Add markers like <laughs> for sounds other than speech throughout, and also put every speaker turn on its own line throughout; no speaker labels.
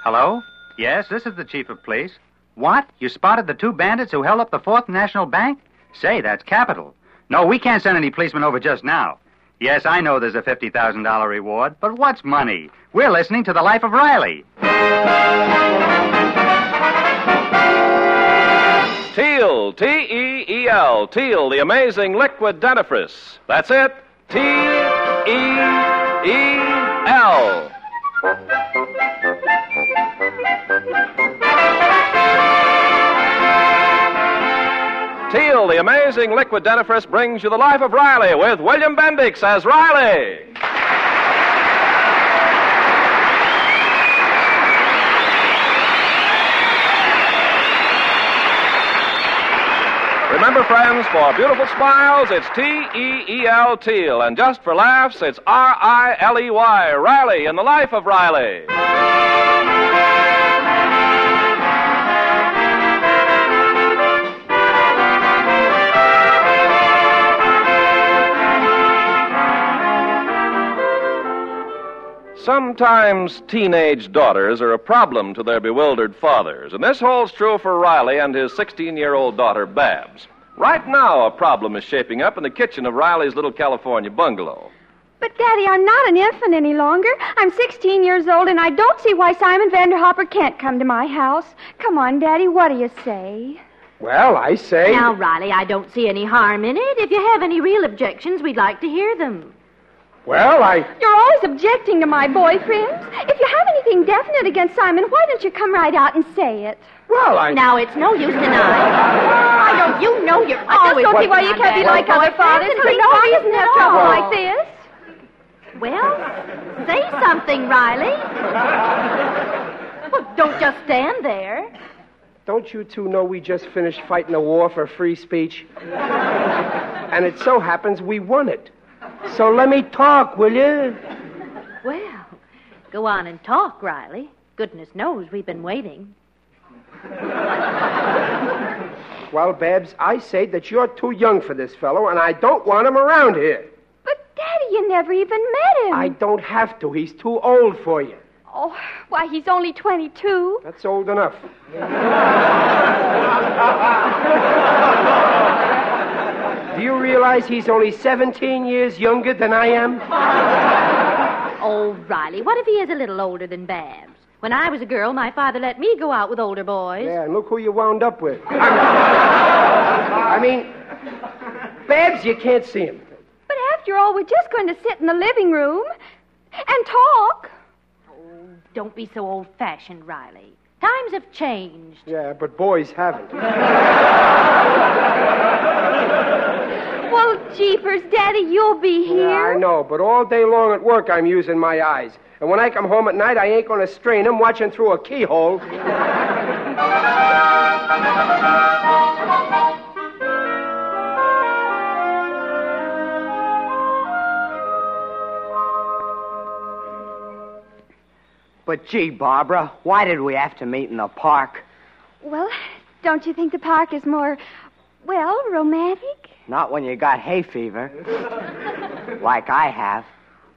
Hello? Yes, this is the chief of police. What? You spotted the two bandits who held up the Fourth National Bank? Say, that's capital. No, we can't send any policemen over just now. Yes, I know there's a $50,000 reward, but what's money? We're listening to The Life of Riley.
Teal, T E E L, Teal, the amazing liquid dentifrice. That's it. T E E L. Teal, the amazing liquid dentifrice, brings you the life of Riley with William Bendix as Riley. Remember, friends, for beautiful smiles, it's T E E L Teal, and just for laughs, it's R I L E Y, Riley, in the life of Riley. Sometimes teenage daughters are a problem to their bewildered fathers, and this holds true for Riley and his 16 year old daughter, Babs. Right now, a problem is shaping up in the kitchen of Riley's little California bungalow.
But, Daddy, I'm not an infant any longer. I'm 16 years old, and I don't see why Simon Vanderhopper can't come to my house. Come on, Daddy, what do you say?
Well, I say.
Now, Riley, I don't see any harm in it. If you have any real objections, we'd like to hear them.
Well, I.
You're always objecting to my boyfriends. If you have anything definite against Simon, why don't you come right out and say it?
Well, I.
Now, it's no use denying. Riley, you know you're
I just
always.
don't see why
working
you
on
can't be
that.
like other fathers
Boyfriends
for
ain't
no
fun
reason to
at
have trouble
all.
like this.
Well, say something, Riley. Well, don't just stand there.
Don't you two know we just finished fighting a war for free speech? and it so happens we won it. So let me talk, will you?
Well, go on and talk, Riley. Goodness knows we've been waiting.
Well, Babs, I say that you're too young for this fellow, and I don't want him around here.
But, Daddy, you never even met him.
I don't have to. He's too old for you.
Oh, why, he's only 22.
That's old enough. Do you realize he's only 17 years younger than I am?
Oh, Riley, what if he is a little older than Babs? When I was a girl, my father let me go out with older boys.
Yeah, and look who you wound up with. Uh, I mean, Babs, you can't see him.
But after all, we're just going to sit in the living room and talk.
Don't be so old fashioned, Riley. Times have changed.
Yeah, but boys haven't.
Well, jeepers, Daddy, you'll be
Yeah, I
here.
know, but all day long at work I'm using my eyes. And when I come home at night, I ain't gonna strain them watching through a keyhole.
But gee, Barbara, why did we have to meet in the park?
Well, don't you think the park is more, well, romantic?
Not when you got hay
<laughs>
fever. like I have.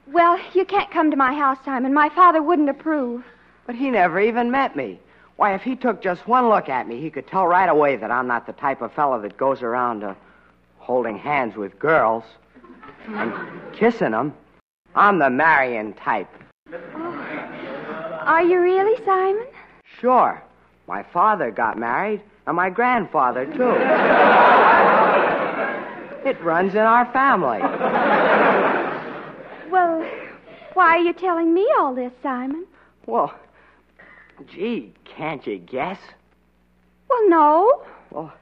Well, you can't come to my house, Simon. My father wouldn't approve.
But he never even met me. Why, if he took just one look at me, he could tell right away that I'm not the type of fellow that goes around uh, holding hands with girls and kissing them. I'm the marrying type.
Are you really, Simon?
Sure, my father got married, and my grandfather,
<laughs>
too. it runs in our family.
Well, why are you telling me all this, Simon?
Well, gee, can't you guess?
Well, no.
Well,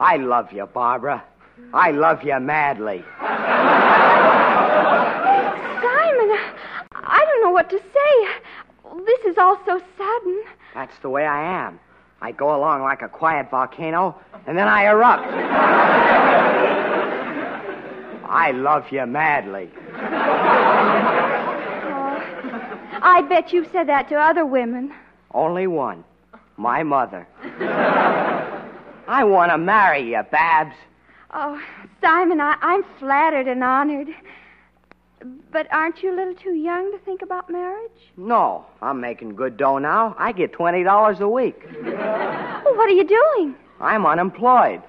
I love you, Barbara. I love you madly.
Simon, I don't know what to say. This is all so sudden.
That's the way I am. I go along like a quiet volcano, and then I erupt.
Oh,
I love you madly.
I bet you've said that to other women.
Only one my mother. I want to marry you, Babs.
Oh, Simon, I, I'm flattered and honored. But aren't you a little too young to think about marriage?
No, I'm making good dough now. I get $20 a week.
Well, what are you doing?
I'm unemployed.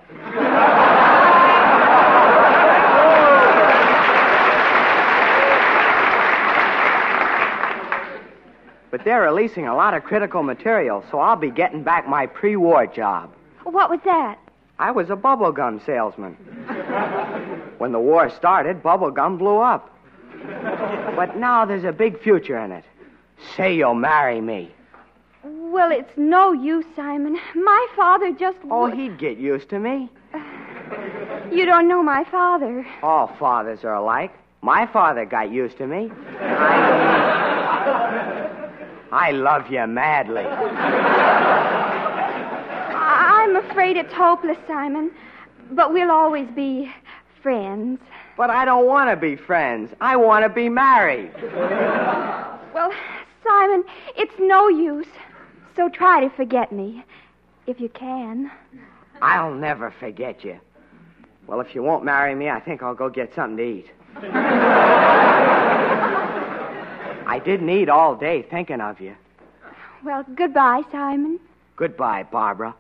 but they're releasing a lot of critical material, so I'll be getting back my pre war job.
What was that?
I was a bubblegum salesman. when the war started, bubblegum blew up. But now there's a big future in it. Say you'll marry me.
Well, it's no use, Simon. My father just.
Oh,
would-
he'd get used to me.
You don't know my
<laughs>
father.
All fathers are alike. My father got used to me. I, I love you madly.
I- I'm afraid it's hopeless, Simon. But we'll always be friends.
But I don't want to be friends. I want to be married.
Well, Simon, it's no use. So try to forget me, if you can.
I'll never forget you. Well, if you won't marry me, I think I'll go get something to eat. I didn't eat all day thinking of you.
Well, goodbye, Simon.
Goodbye, Barbara.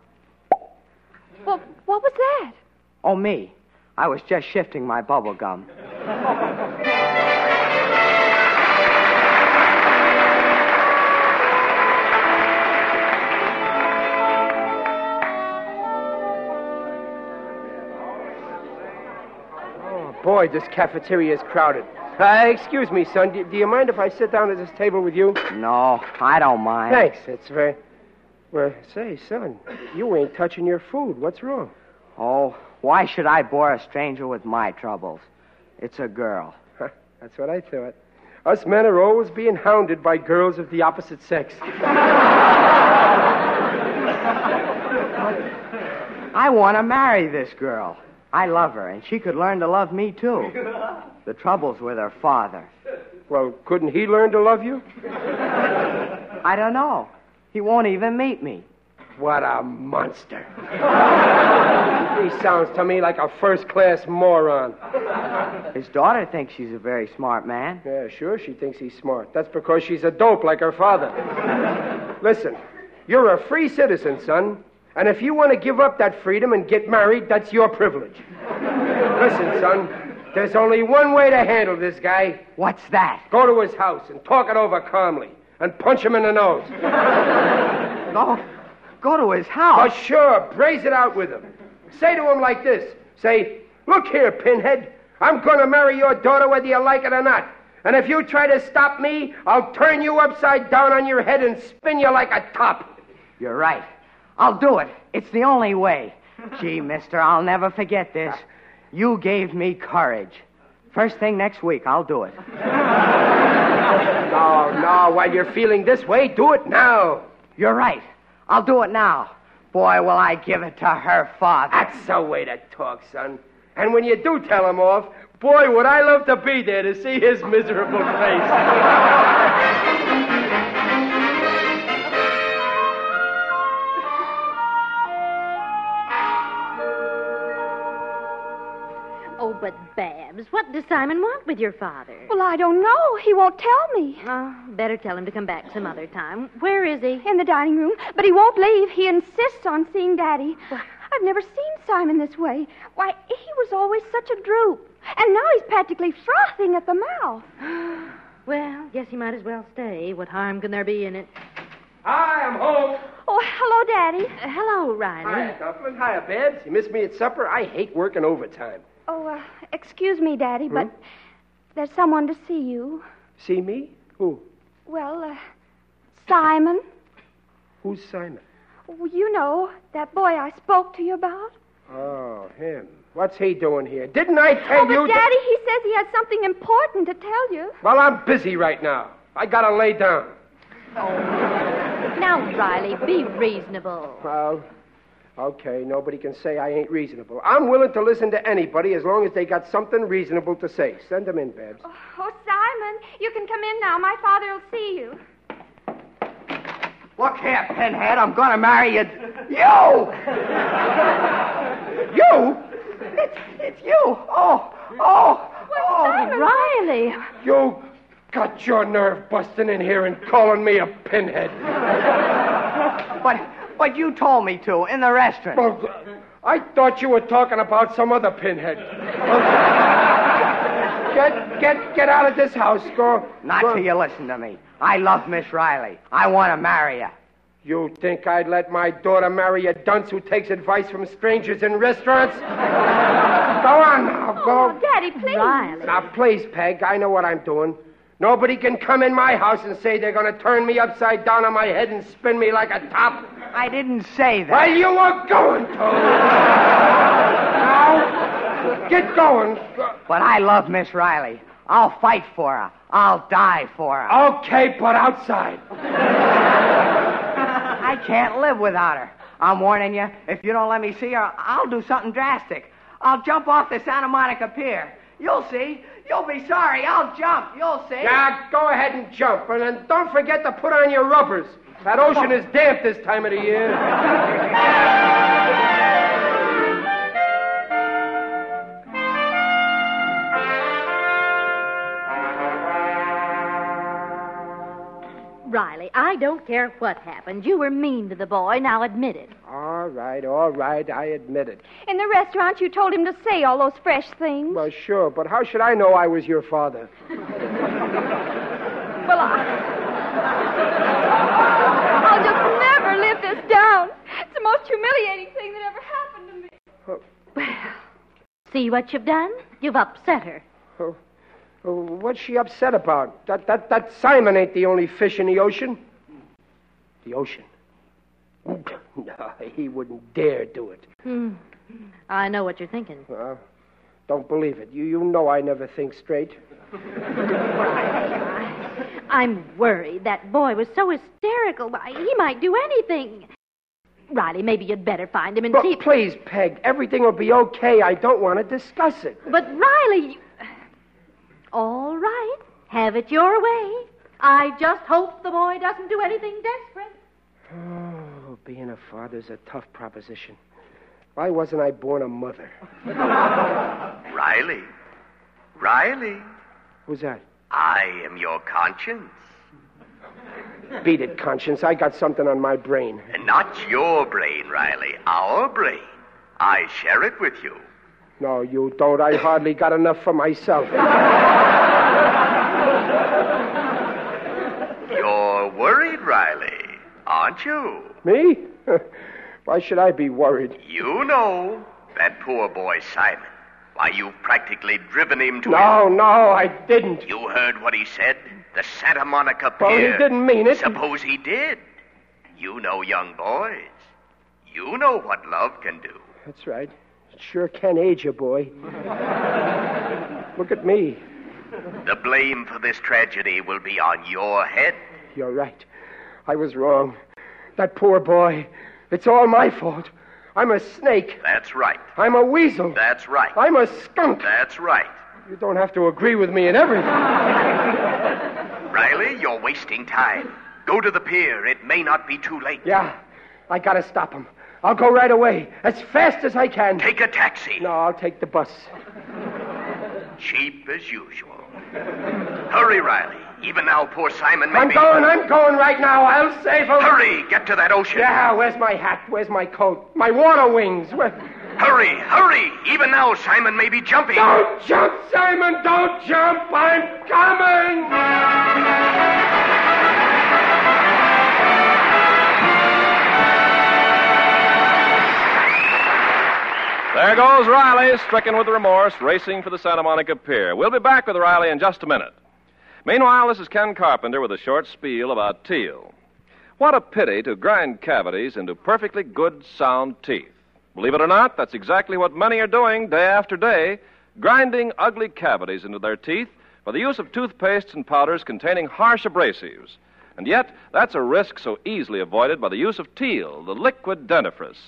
Well, what was that?
Oh, me. I was just shifting my bubble gum.
Oh, boy, this cafeteria is crowded. Uh, excuse me, son. Do, do you mind if I sit down at this table with you?
No, I don't mind.
Thanks. It's very. Well, say, son, you ain't touching <laughs> your food. What's wrong?
Oh, why should I bore a stranger with my troubles? It's a girl.
Huh, That's what I thought. Us men are always being hounded by girls of the opposite sex. <laughs>
I want to marry this girl. I love her, and she could learn to love me,
<laughs>
too. The trouble's with her father.
Well, couldn't he learn to love you?
I don't know. He won't even meet me.
What a monster. <laughs> he sounds to me like a first class moron.
His daughter thinks she's a very smart man.
Yeah, sure, she thinks he's smart. That's because she's a dope like
<laughs>
her father. Listen, you're a free citizen, son. And if you want to give up that freedom and get married, that's your privilege. Listen, son, there's only one way to handle this guy.
What's that?
Go to his house and talk it over calmly and punch him in the nose.
<laughs> Go, go to his house.
Oh, sure, braze it out with him. Say to him like this Say, look here, Pinhead, I'm going to marry your daughter whether you like it or not. And if you try to stop me, I'll turn you upside down on your head and spin you like a top.
You're right. I'll do it. It's the only
<laughs>
way. Gee, mister, I'll never forget this. You gave me courage. First thing next week, I'll do it.
<laughs> No, no, while you're feeling this way, do it now.
You're right. I'll do it now. Boy, will I give it to her father.
That's the way to talk, son. And when you do tell him off, boy, would I love to be there to see his miserable face. <laughs>
Oh, but Babs, what does Simon want with your father?
Well, I don't know. He won't tell me.
Oh, better tell him to come back some other time. Where is he?
In the dining room, but he won't leave. He insists on seeing Daddy. I've never seen Simon this way. Why, he was always such a droop. And now he's practically frothing at the mouth.
<sighs> Well, guess he might as well stay. What harm can there be in it?
Hi, I'm home.
Oh, hello, Daddy.
Uh, hello, Riley.
Hiya, Dublin. Hiya, Babs. You missed me at supper? I hate working overtime.
Oh, uh, excuse me, Daddy, but there's someone to see you.
See me? Who?
Well, uh, Simon.
Who's Simon?
Oh, you know, that boy I spoke to you about.
Oh, him. What's he doing here? Didn't I tell
oh, but
you? that-
Daddy, he says he has something important to tell you.
Well, I'm busy right now. I gotta lay down.
Now, Riley, be reasonable.
Well, okay. Nobody can say I ain't reasonable. I'm willing to listen to anybody as long as they got something reasonable to say. Send them in, Babs.
Oh, Simon, you can come in now. My father will see you.
Look here, Pinhead, I'm gonna marry you. You! you? It's, it's you. Oh, oh,
Simon,
Riley.
You got your nerve busting in here and calling me a pinhead.
But, but you told me to in the restaurant.
Well, I thought you were talking about some other pinhead. get, get, get out of this house, girl.
Not
Well,
till you listen to me. I love Miss Riley. I want to marry her.
You think I'd let my daughter marry a dunce who takes advice from strangers in
<laughs>
restaurants? go on now,
Oh,
go.
Daddy, please.
Riley.
Now, please, Peg, I know what I'm doing. Nobody can come in my house and say they're going to turn me upside down on my head and spin me like a top.
I didn't say that.
Well, you are going
<laughs>
to. now, get going.
But I love Miss Riley. I'll fight for her. I'll die for her.
Okay, but outside.
I can't live without her. I'm warning you. If you don't let me see her, I'll do something drastic. I'll jump off the Santa Monica Pier. You'll see. You'll be sorry. I'll jump. You'll see.
Now, go ahead and jump, and then don't forget to put on your rubbers. That ocean is damp this time of the year.
Riley, I don't care what happened. You were mean to the boy. Now admit it.
<laughs> All right, all right, I admit it.
In the restaurant, you told him to say all those fresh things.
Well, sure, but how should I know I was your father?
Well, I... I'll just never live this down. It's the most humiliating thing that ever happened to me.
See what you've done? You've upset her.
Oh, oh, what's she upset about? That, that, that Simon ain't the only fish in the ocean. The ocean. <laughs> No, he wouldn't dare do it.
Hmm. I know what you're thinking.
Uh, don't believe it. You, you know I never think straight.
I'm worried. That boy was so hysterical. Why, He might do anything. Riley, maybe you'd better find him and
But
see.
please, Peg, everything will be okay. I don't want to discuss it.
But Riley, you... all right, have it your way. I just hope the boy doesn't do anything desperate.
Oh, being a father's a tough proposition. Why wasn't I born a mother?
Riley. Riley,
Who's that?
I am your conscience.
Beat it, conscience. I got something on my brain.
And not your brain, Riley, our brain. I share it with you.
No, you don't. I hardly got enough for myself.
You're worried, Riley, aren't you?
Me? <laughs> Why should I be worried?
You know that poor boy Simon. Why, you've practically driven him to
No, no, I didn't.
his- You heard what he said? The Santa Monica Pier.
Well, he didn't mean it.
Suppose he did. You know young boys. You know what love can do.
That's right. It sure can age a boy. Look at me.
The blame for this tragedy will be on your head.
You're right. I was wrong. That poor boy. It's all my fault. I'm a snake.
That's right.
I'm a weasel.
That's right.
I'm a skunk.
That's right.
You don't have to agree with me in everything.
Riley, you're wasting time. Go to the pier. It may not be too late.
Yeah, I gotta stop him. I'll go right away, as fast as I can.
Take a taxi.
No, I'll take the bus.
Cheap as usual. Hurry, Riley. Even now, poor Simon may
I'm
be.
going, I'm going right now. I'll save him.
Hurry, get to that ocean.
Yeah, where's my hat? Where's my coat? My water wings? Where...
Hurry, hurry. Even now, Simon may be jumping.
Don't jump, Simon! Don't jump! I'm coming!
There goes Riley, stricken with remorse, racing for the Santa Monica Pier. We'll be back with Riley in just a minute. Meanwhile, this is Ken Carpenter with a short spiel about teal. What a pity to grind cavities into perfectly good, sound teeth. Believe it or not, that's exactly what many are doing day after day, grinding ugly cavities into their teeth by the use of toothpastes and powders containing harsh abrasives. And yet, that's a risk so easily avoided by the use of teal, the liquid dentifrice.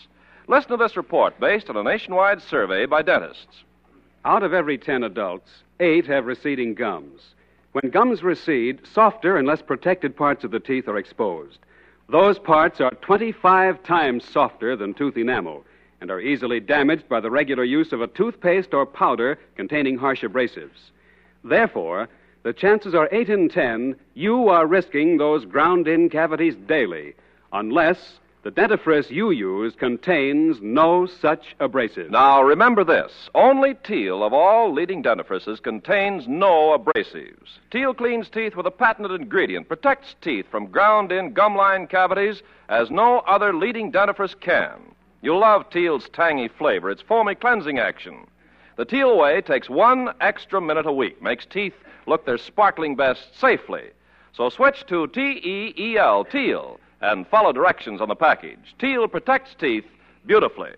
Listen to this report based on a nationwide survey by dentists.
Out of every 10 adults, 8 have receding gums. When gums recede, softer and less protected parts of the teeth are exposed. Those parts are 25 times softer than tooth enamel and are easily damaged by the regular use of a toothpaste or powder containing harsh abrasives. Therefore, the chances are 8 in 10 you are risking those ground in cavities daily unless the dentifrice you use contains no such abrasive.
Now, remember this only Teal, of all leading dentifrices, contains no abrasives. Teal cleans teeth with a patented ingredient, protects teeth from ground in gumline cavities as no other leading dentifrice can. You'll love Teal's tangy flavor, its foamy cleansing action. The Teal Way takes one extra minute a week, makes teeth look their sparkling best safely. So switch to T E E L, Teal, and follow directions on the package. Teal protects teeth beautifully.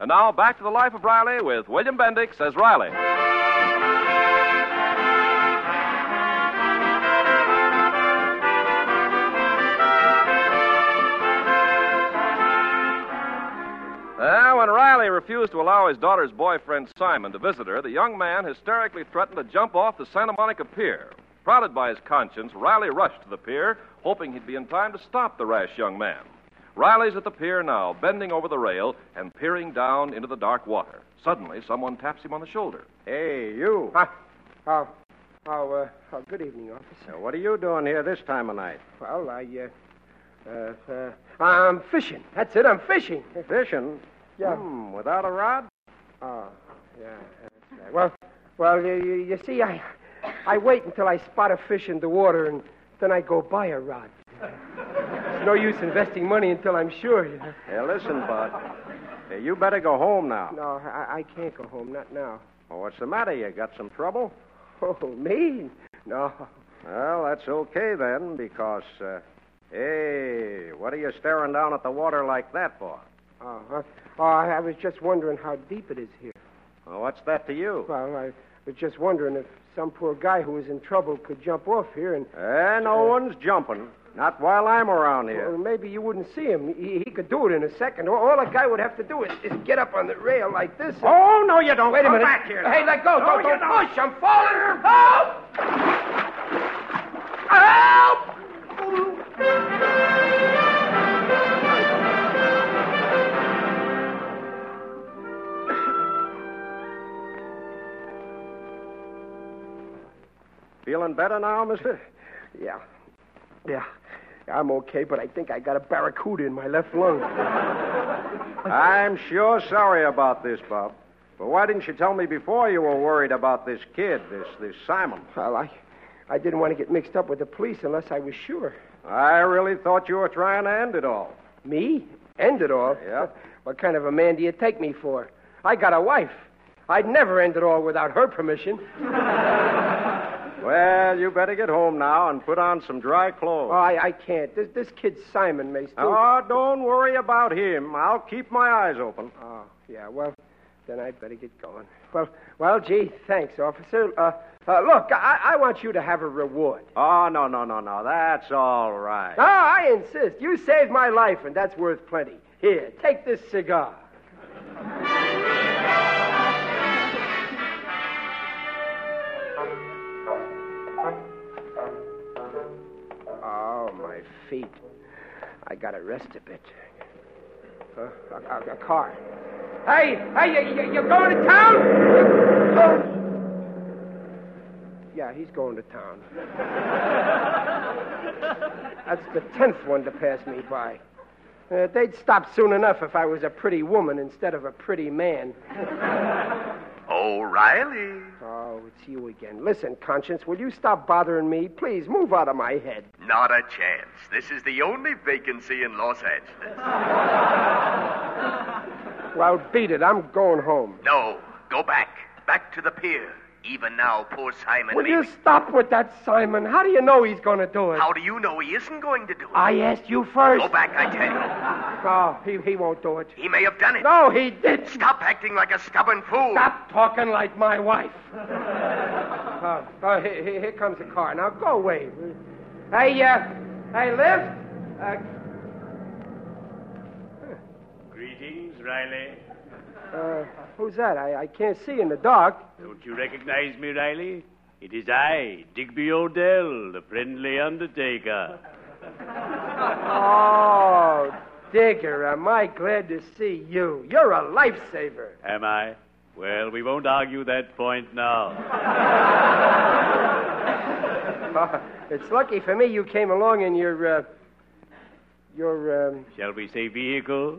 And now back to the life of Riley with William Bendix as Riley. Uh, when Riley refused to allow his daughter's boyfriend Simon to visit her, the young man hysterically threatened to jump off the Santa Monica Pier. Prodded by his conscience, Riley rushed to the pier, hoping he'd be in time to stop the rash young man. Riley's at the pier now, bending over the rail and peering down into the dark water. Suddenly, someone taps him on the shoulder.
Hey, you.
Huh? How? How, uh, how good evening, officer.
Now, what are you doing here this time of night?
Well, I, uh, uh, uh, I'm fishing. That's it, I'm fishing.
Fishing?
Yeah.
Hmm, without a rod?
Oh, yeah. that's right. Well, well, you, you, you see, I, I wait until I spot a fish in the water, and then I go buy a rod. It's no use investing money until I'm sure. You know.
Hey, listen, Bud. Hey, you better go home now.
No, I, I can't go home. Not now.
Well, what's the matter? You got some trouble?
Oh, me? No. uh-huh.
Well, that's okay then, because, uh, hey, what are you staring down at the water like that for?
Oh, uh, oh, I I was just wondering how deep it is here.
Well, what's that to you?
Well, I was just wondering if some poor guy who was in trouble could jump off here and.
Eh, no
uh,
one's jumping. Not while I'm around here.
Well, maybe you wouldn't see him. He, he could do it in a second. All all a guy would have to do is, is get up on the rail like this. and-
Oh, no, you don't.
Wait a minute.
Back here.
Hey, let go.
No,
don't
you
don't
don't.
push. I'm falling. Help! Help!
Feeling better now, mister?
<laughs> Yeah. Yeah. I'm okay, but I think I got a barracuda in my left lung.
I'm sure sorry about this, Bob. But why didn't you tell me before you were worried about this kid, this this Simon?
Well, I, I didn't want to get mixed up with the police unless I was sure.
I really thought you were trying to end it all.
Me? End it all?
Yeah.
<laughs> What kind of a man do you take me for? I got a wife. I'd never end it all without her permission.
Well, you better get home now and put on some dry
Oh,
clothes.
I, I can't. This, this kid Simon may still.
oh, don't worry about him. I'll keep my eyes open.
Oh, yeah. Well, then I'd better get going. Well, well, gee, thanks, officer. Uh, uh, look, I, I want you to have a reward.
Oh, no, no, no, no. That's all right.
No, I insist. You saved my life, and that's worth plenty. Here, take this cigar. Oh, my feet. I gotta rest a bit. Uh, a, a- a car. Hey, hey, you, you, you going to town? Oh. Yeah, he's going to town. That's the tenth one to pass me by. Uh, they'd stop soon enough if I was a pretty woman instead of a pretty man.
O'Reilly.
Oh, it's you again. Listen, Conscience, will you stop bothering me? Please, move out of my head.
Not a chance. This is the only vacancy in Los Angeles.
Well, beat it. I'm going home.
No, go back. Back to the pier. Even now, poor Simon.
Will
may
you
be-
stop with that, Simon? How do you know he's going to do it?
How do you know he isn't going to do it?
I asked you first.
Go back, I tell
Oh, he, he won't do it.
you. He may have done it.
No, he did.
Stop acting like a stubborn fool.
Stop talking like my wife. oh, oh, here, here- here comes the car. Now go away. Hey, uh, hey, Liv. Uh,
Greetings, Riley.
uh, who's that? I, I can't see in the dark.
Don't you recognize me, Riley? It is I, Digby Odell, the friendly undertaker.
Oh, Digger, am I glad to see you. You're a <laughs> lifesaver.
Am I? Well, we won't argue that point now.
Uh, it's lucky for me you came along in your, uh, your, um,
Shall we say vehicle?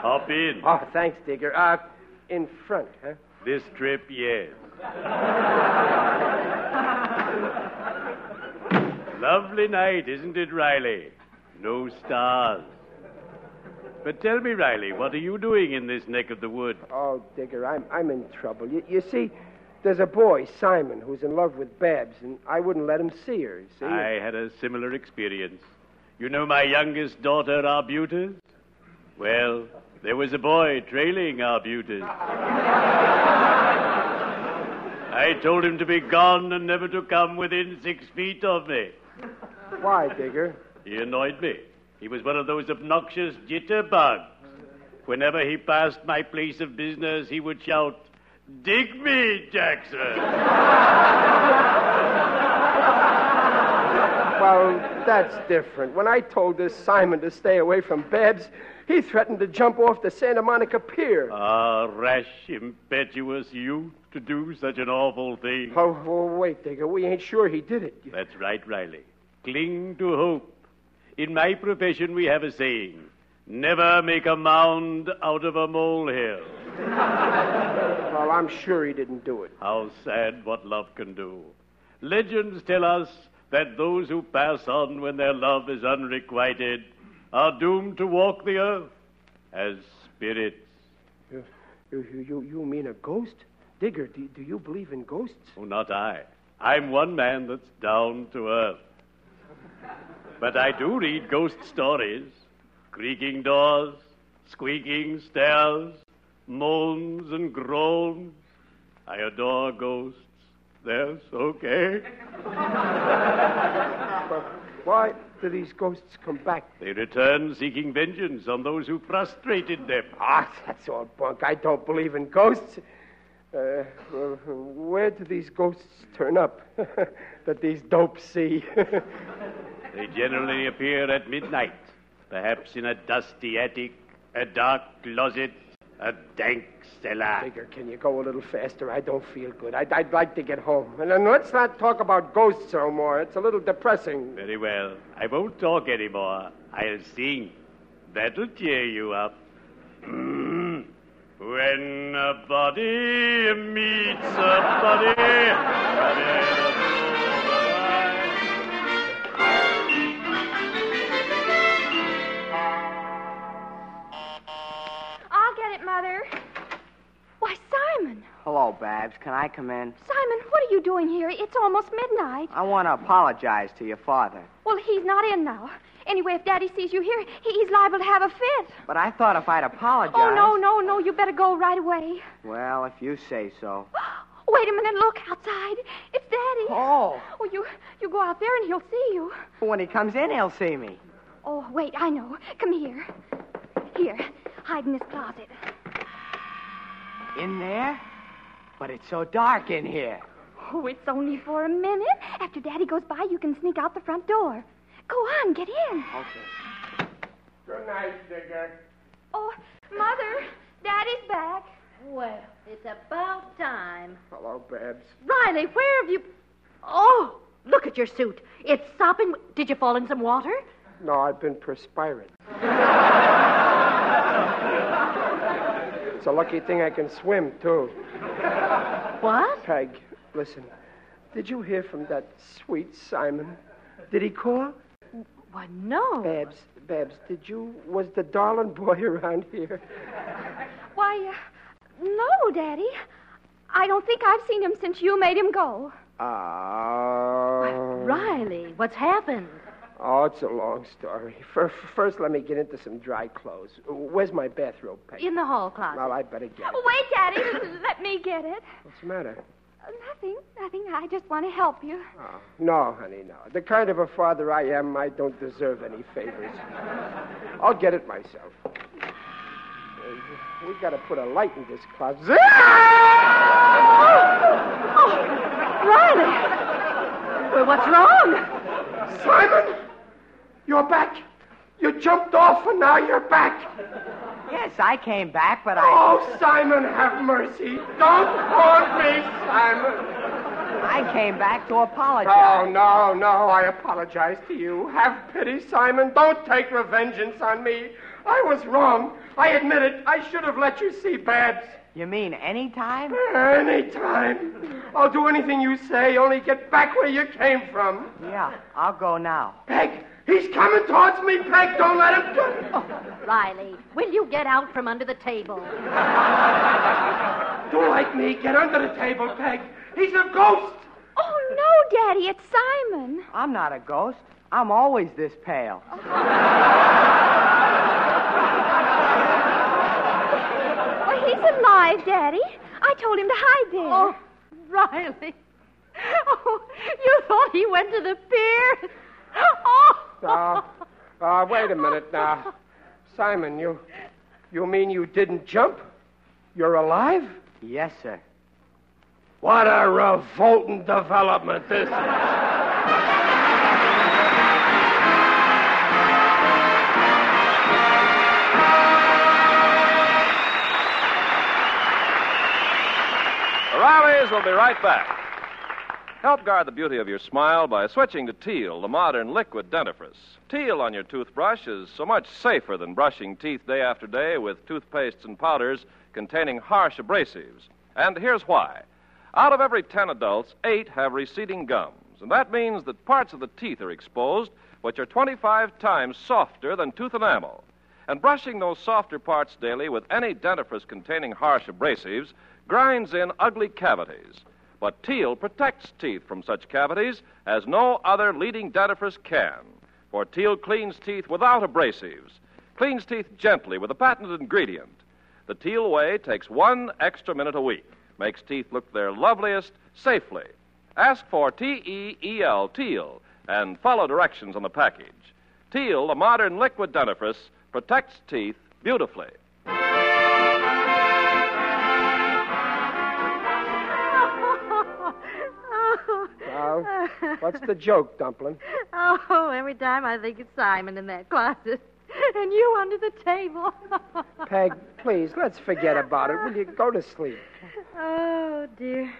Hop in.
oh, thanks, Digger. Uh, in front, huh?
This trip, yes. Lovely night, isn't it, Riley? No stars. But tell me, Riley, what are you doing in this neck of the wood?
Oh, Digger, I'm, I'm in trouble. You, you see, there's a boy, Simon, who's in love with Babs, and I wouldn't let him see her, see?
I had a similar experience. You know my youngest daughter, Arbutus? Well, there was a boy trailing Arbutus. I told him to be gone and never to come within six feet of me.
Why, Digger?
He annoyed me. He was one of those obnoxious jitterbugs. Whenever he passed my place of business, he would shout, Dig me, Jackson! <laughs>
Well, that's different. When I told this Simon to stay away from Babs, he threatened to jump off the Santa Monica Pier.
Ah, rash, impetuous youth to do such an awful thing.
Oh, oh, wait, Digger. We ain't sure he did it.
That's right, Riley. Cling to hope. In my profession, we have a saying never make a mound out of a molehill.
<laughs> Well, I'm sure he didn't do it.
How sad what love can do. Legends tell us that those who pass on when their love is unrequited are doomed to walk the earth as spirits.
You, you, you, you mean a ghost? Digger, do, do you believe in ghosts? <laughs>
Oh, not I. I'm one man that's down to earth. But I do read ghost stories creaking doors, squeaking stairs, moans and groans. I adore ghosts. They're so gay.
Why do these ghosts come back?
They return seeking vengeance on those who frustrated them.
Ah, that's all bunk. I don't believe in ghosts. Uh, well, where do these ghosts turn up <laughs> that these dopes <laughs> see?
They generally appear at midnight, perhaps in a dusty attic, a dark closet, a dank cellar.
Digger, can you go a little faster? I don't feel good. I'd, I'd like to get home. And then let's not talk about ghosts no more. It's a little depressing.
Very well. I won't talk anymore. I'll sing. That'll cheer you up. Hmm. when a body meets a body.
I'll get it, Mother. Why, Simon!
Hello, Babs. Can I come in?
Simon, what are you doing here? It's almost midnight.
I want to apologize to your father.
Well, he's not in now. Anyway, if Daddy sees you here, he- he's liable to have a fit.
But I thought if I'd apologized.
Oh, no, no, no. You better go right away.
Well, if you say so.
Wait a minute. Look outside. It's Daddy.
Oh.
Oh, you, you go out there and he'll see you.
When he comes in, he'll see me.
Oh, wait, I know. Come here. Here, hide in this closet.
In there? But it's so dark in here.
Oh, it's only for a minute. After Daddy goes by, you can sneak out the front door. Go on, get in.
Okay.
Good night, Digger.
Oh, Mother, Daddy's back.
Well, it's about time.
Hello, Babs.
Riley, where have you. Oh, look at your suit. It's sopping. Did you fall in some
<laughs>
water?
No, I've been perspiring. it's a lucky thing I can swim, too.
What?
Peg, listen. Did you hear from that sweet Simon? Did he call?
Why, no.
Babs, Babs, did you. Was the darling boy <laughs> around here?
Why, uh, no, Daddy. I don't think I've seen him since you made him go.
Oh.
Riley, what's happened?
Oh, it's a long story. Fir- First, let me get into some dry clothes. Where's my bathrobe, Peg?
In the hall closet.
Well, I better get it.
Oh, wait, Daddy. Let me get it.
What's the matter?
Uh, Nothing, nothing. I just want to help you.
Oh, no, honey, no. The kind of a father I am, I don't deserve any favors. I'll get it myself. Uh, we gotta put a light in this closet.
Riley! Well, what's wrong?
Simon! You're back! You jumped off and now you're back.
Yes, I came back, but I.
Oh, Simon, have mercy. Don't haunt me, Simon.
I came back to
Oh,
apologize.
no, no, I apologize to you. Have pity, Simon. Don't take revengeance on me. I was wrong. I admit it. I should have let you see Babs.
You mean any time?
Anytime. I'll do anything you say, only get back where you came from.
Yeah, I'll go now.
Peg, he's coming towards me, Peg. Don't let him go.
Oh, Riley, will you get out from under the table? Oh,
Don't like me. Get under the table, Peg. He's a ghost.
Oh, no, Daddy, it's Simon.
I'm not a ghost. I'm always this pale.
Well, he's alive, Daddy. I told him to hide there.
Oh, Riley. Oh, you thought he went to the pier?
Uh,
Oh,
uh, wait a minute now. Simon, you. You mean you didn't jump? You're alive?
Yes, sir.
What a revolting development this is.
The Rileys will be right back. Help guard the beauty of your smile by switching to Teal, the modern liquid dentifrice. Teal on your toothbrush is so much safer than brushing teeth day after day with toothpastes and powders containing harsh abrasives. And here's why. Out of every 10 adults, 8 have receding gums, and that means that parts of the teeth are exposed which are 25 times softer than tooth enamel. And brushing those softer parts daily with any dentifrice containing harsh abrasives grinds in ugly cavities. But Teal protects teeth from such cavities as no other leading dentifrice can. For Teal cleans teeth without abrasives, cleans teeth gently with a patented ingredient. The Teal way takes one extra minute a week, makes teeth look their loveliest safely. Ask for T E E L, Teal, and follow directions on the package. Teal, the modern liquid dentifrice, protects teeth beautifully.
oh.
Now, what's the joke, Dumpling?
Oh, every time I think it's Simon in that closet. And you under the table.
Peg, please, let's forget about it. Will you go to sleep?
Oh, dear.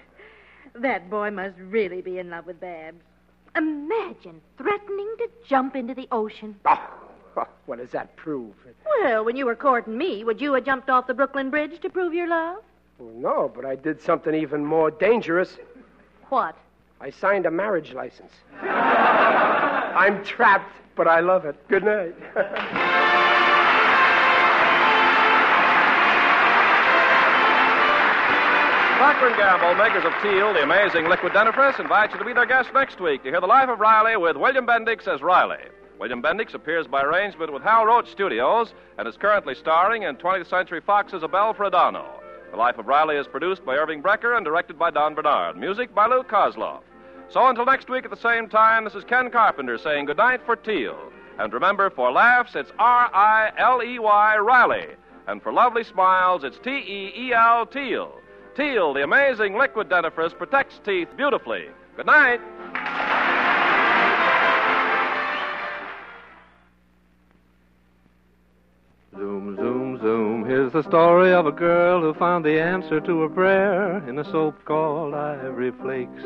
That boy must really be in love with Babs. Imagine threatening to jump into the ocean.
Oh, what does that prove?
Well, when you were courting me, would you have jumped off the Brooklyn Bridge to prove your love?
Well, Oh, no, but I did something even more dangerous.
What?
I signed a marriage <laughs> license. I'm trapped, but I love it. Good night. <laughs>
Procter and Gamble, makers of Teal, the amazing liquid dentifrice, invite you to be their guest next week to hear the life of Riley with William Bendix as Riley. William Bendix appears by arrangement with Hal Roach Studios and is currently starring in 20th Century Fox's A Bell for Adorno. The Life of Riley is produced by Irving Brecker and directed by Don Bernard. Music by Lou Kozloff. So until next week at the same time, this is Ken Carpenter saying goodnight for Teal. And remember, for laughs, it's R I L E Y Riley. And for lovely smiles, it's T E E L Teal. Teal, the amazing liquid dentifrice, protects teeth beautifully. Good night.
Zoom, zoom, zoom. Here's the story of a girl who found the answer to her prayer in a soap called Ivory Flakes.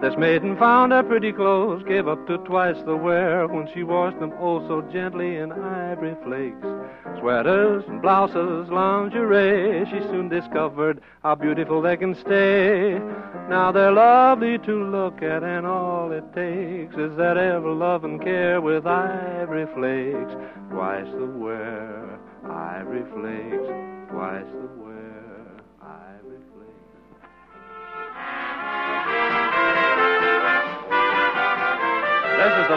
This maiden found her pretty clothes, gave up to twice the wear when she washed them oh so gently in ivory flakes. Sweaters and blouses, lingerie, she soon discovered how beautiful they can stay. Now they're lovely to look at, and all it takes is that ever love and care with ivory flakes. Twice the wear, ivory flakes, twice the wear, ivory flakes.
This is the